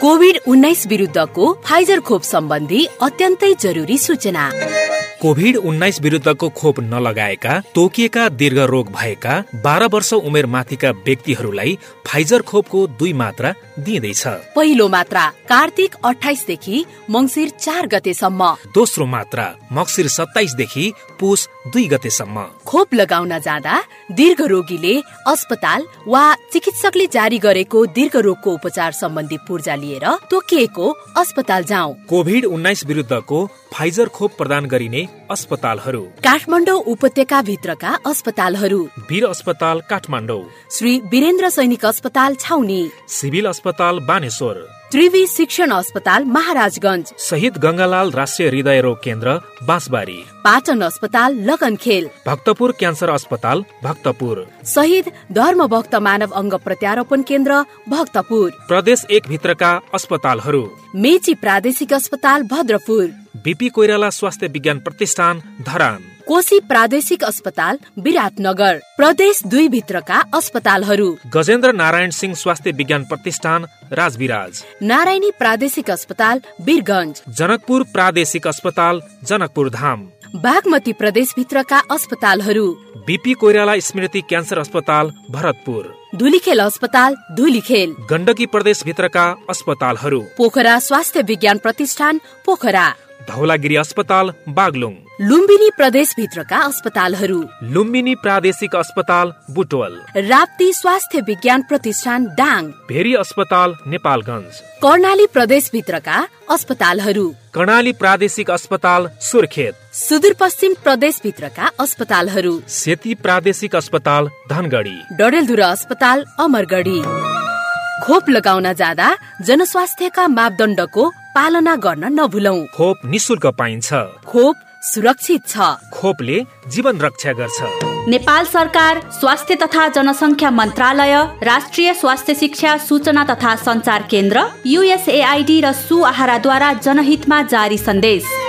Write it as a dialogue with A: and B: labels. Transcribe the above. A: covid उन्नाइस विरुद्धको Pfizer खोप सम्बन्धी अत्यन्तै जरुरी सूचना
B: कोभिड उन्नाइस विरुद्धको खोप नलगाएका तोकिएका दीर्घ रोग भएका बाह्र वर्ष उमेर माथिका व्यक्तिहरूलाई फाइजर खोपको दुई मात्रा दिइँदैछ
A: पहिलो मात्रा कार्तिक अठाइसदेखि मङ्सिर चार गतेसम्म
B: दोस्रो मात्रा मक्सिर सत्ताइसदेखि पुस दुई गतेसम्म
A: खोप लगाउन जाँदा दीर्घ रोगीले अस्पताल वा चिकित्सकले जारी गरेको दीर्घ रोगको उपचार सम्बन्धी पूर्जा लिएर तोकिएको अस्पताल जाउँ
B: कोभिड उन्नाइस विरुद्धको फाइजर खोप प्रदान गरिने अस्पतालहरू
A: काठमाडौँ उपत्यका भित्रका अस्पतालहरू
B: वीर अस्पताल काठमाडौँ
A: श्री वीरेन्द्र सैनिक अस्पताल छाउनी
B: सिभिल अस्पताल बानेश्वर
A: त्रिवी शिक्षण अस्पताल महाराजगञ्ज
B: शहीद गङ्गालाल राष्ट्रिय हृदय रोग केन्द्र बाँसबारी
A: पाटन अस्पताल लगनखेल
B: भक्तपुर क्यान्सर अस्पताल भक्तपुर
A: शहीद धर्मभक्त मानव अङ्ग प्रत्यारोपण केन्द्र भक्तपुर
B: प्रदेश एक भित्रका अस्पतालहरू
A: मेची प्रादेशिक अस्पताल भद्रपुर
B: बिपी कोइराला स्वास्थ्य विज्ञान प्रतिष्ठान धरान
A: कोशी प्रादेशिक अस्पताल विराटनगर प्रदेश दुई भित्रका अस्पतालहरू
B: गजेन्द्र नारायण सिंह स्वास्थ्य विज्ञान प्रतिष्ठान राजविराज
A: नारायणी प्रादेशिक अस्पताल वीरगञ्ज
B: जनकपुर प्रादेशिक अस्पताल जनकपुर धाम
A: बागमती प्रदेश भित्रका अस्पतालहरू
B: बिपी कोइराला स्मृति क्यान्सर अस्पताल भरतपुर
A: धुलीखेल अस्पताल धुलीखेल
B: गण्डकी प्रदेश भित्रका अस्पतालहरू
A: पोखरा स्वास्थ्य विज्ञान प्रतिष्ठान पोखरा
B: धौलागिरी अस्पताल बागलुङ
A: लुम्बिनी प्रदेश भित्रका अस्पतालहरू
B: लुम्बिनी प्रादेशिक अस्पताल बुटवल
A: राप्ती स्वास्थ्य विज्ञान प्रतिष्ठान डाङ
B: भेरी अस्पताल नेपालगञ्ज
A: कर्णाली प्रदेश भित्रका अस्पतालहरू
B: कर्णाली प्रादेशिक अस्पताल सुर्खेत
A: सुदूरपश्चिम प्रदेश भित्रका अस्पतालहरू
B: सेती प्रादेशिक अस्पताल धनगढी
A: डडेलधुरा अस्पताल अमरगढी खोप लगाउन जाँदा जनस्वास्थ्यका मापदण्डको पालना गर्न नभुलौँ
B: खोप निशुल्क पाइन्छ
A: खोप सुरक्षित छ
B: खोपले जीवन रक्षा गर्छ
C: नेपाल सरकार स्वास्थ्य तथा जनसङ्ख्या मन्त्रालय राष्ट्रिय स्वास्थ्य शिक्षा सूचना तथा सञ्चार केन्द्र युएसएआइडी र सुआहाराद्वारा जनहितमा जारी सन्देश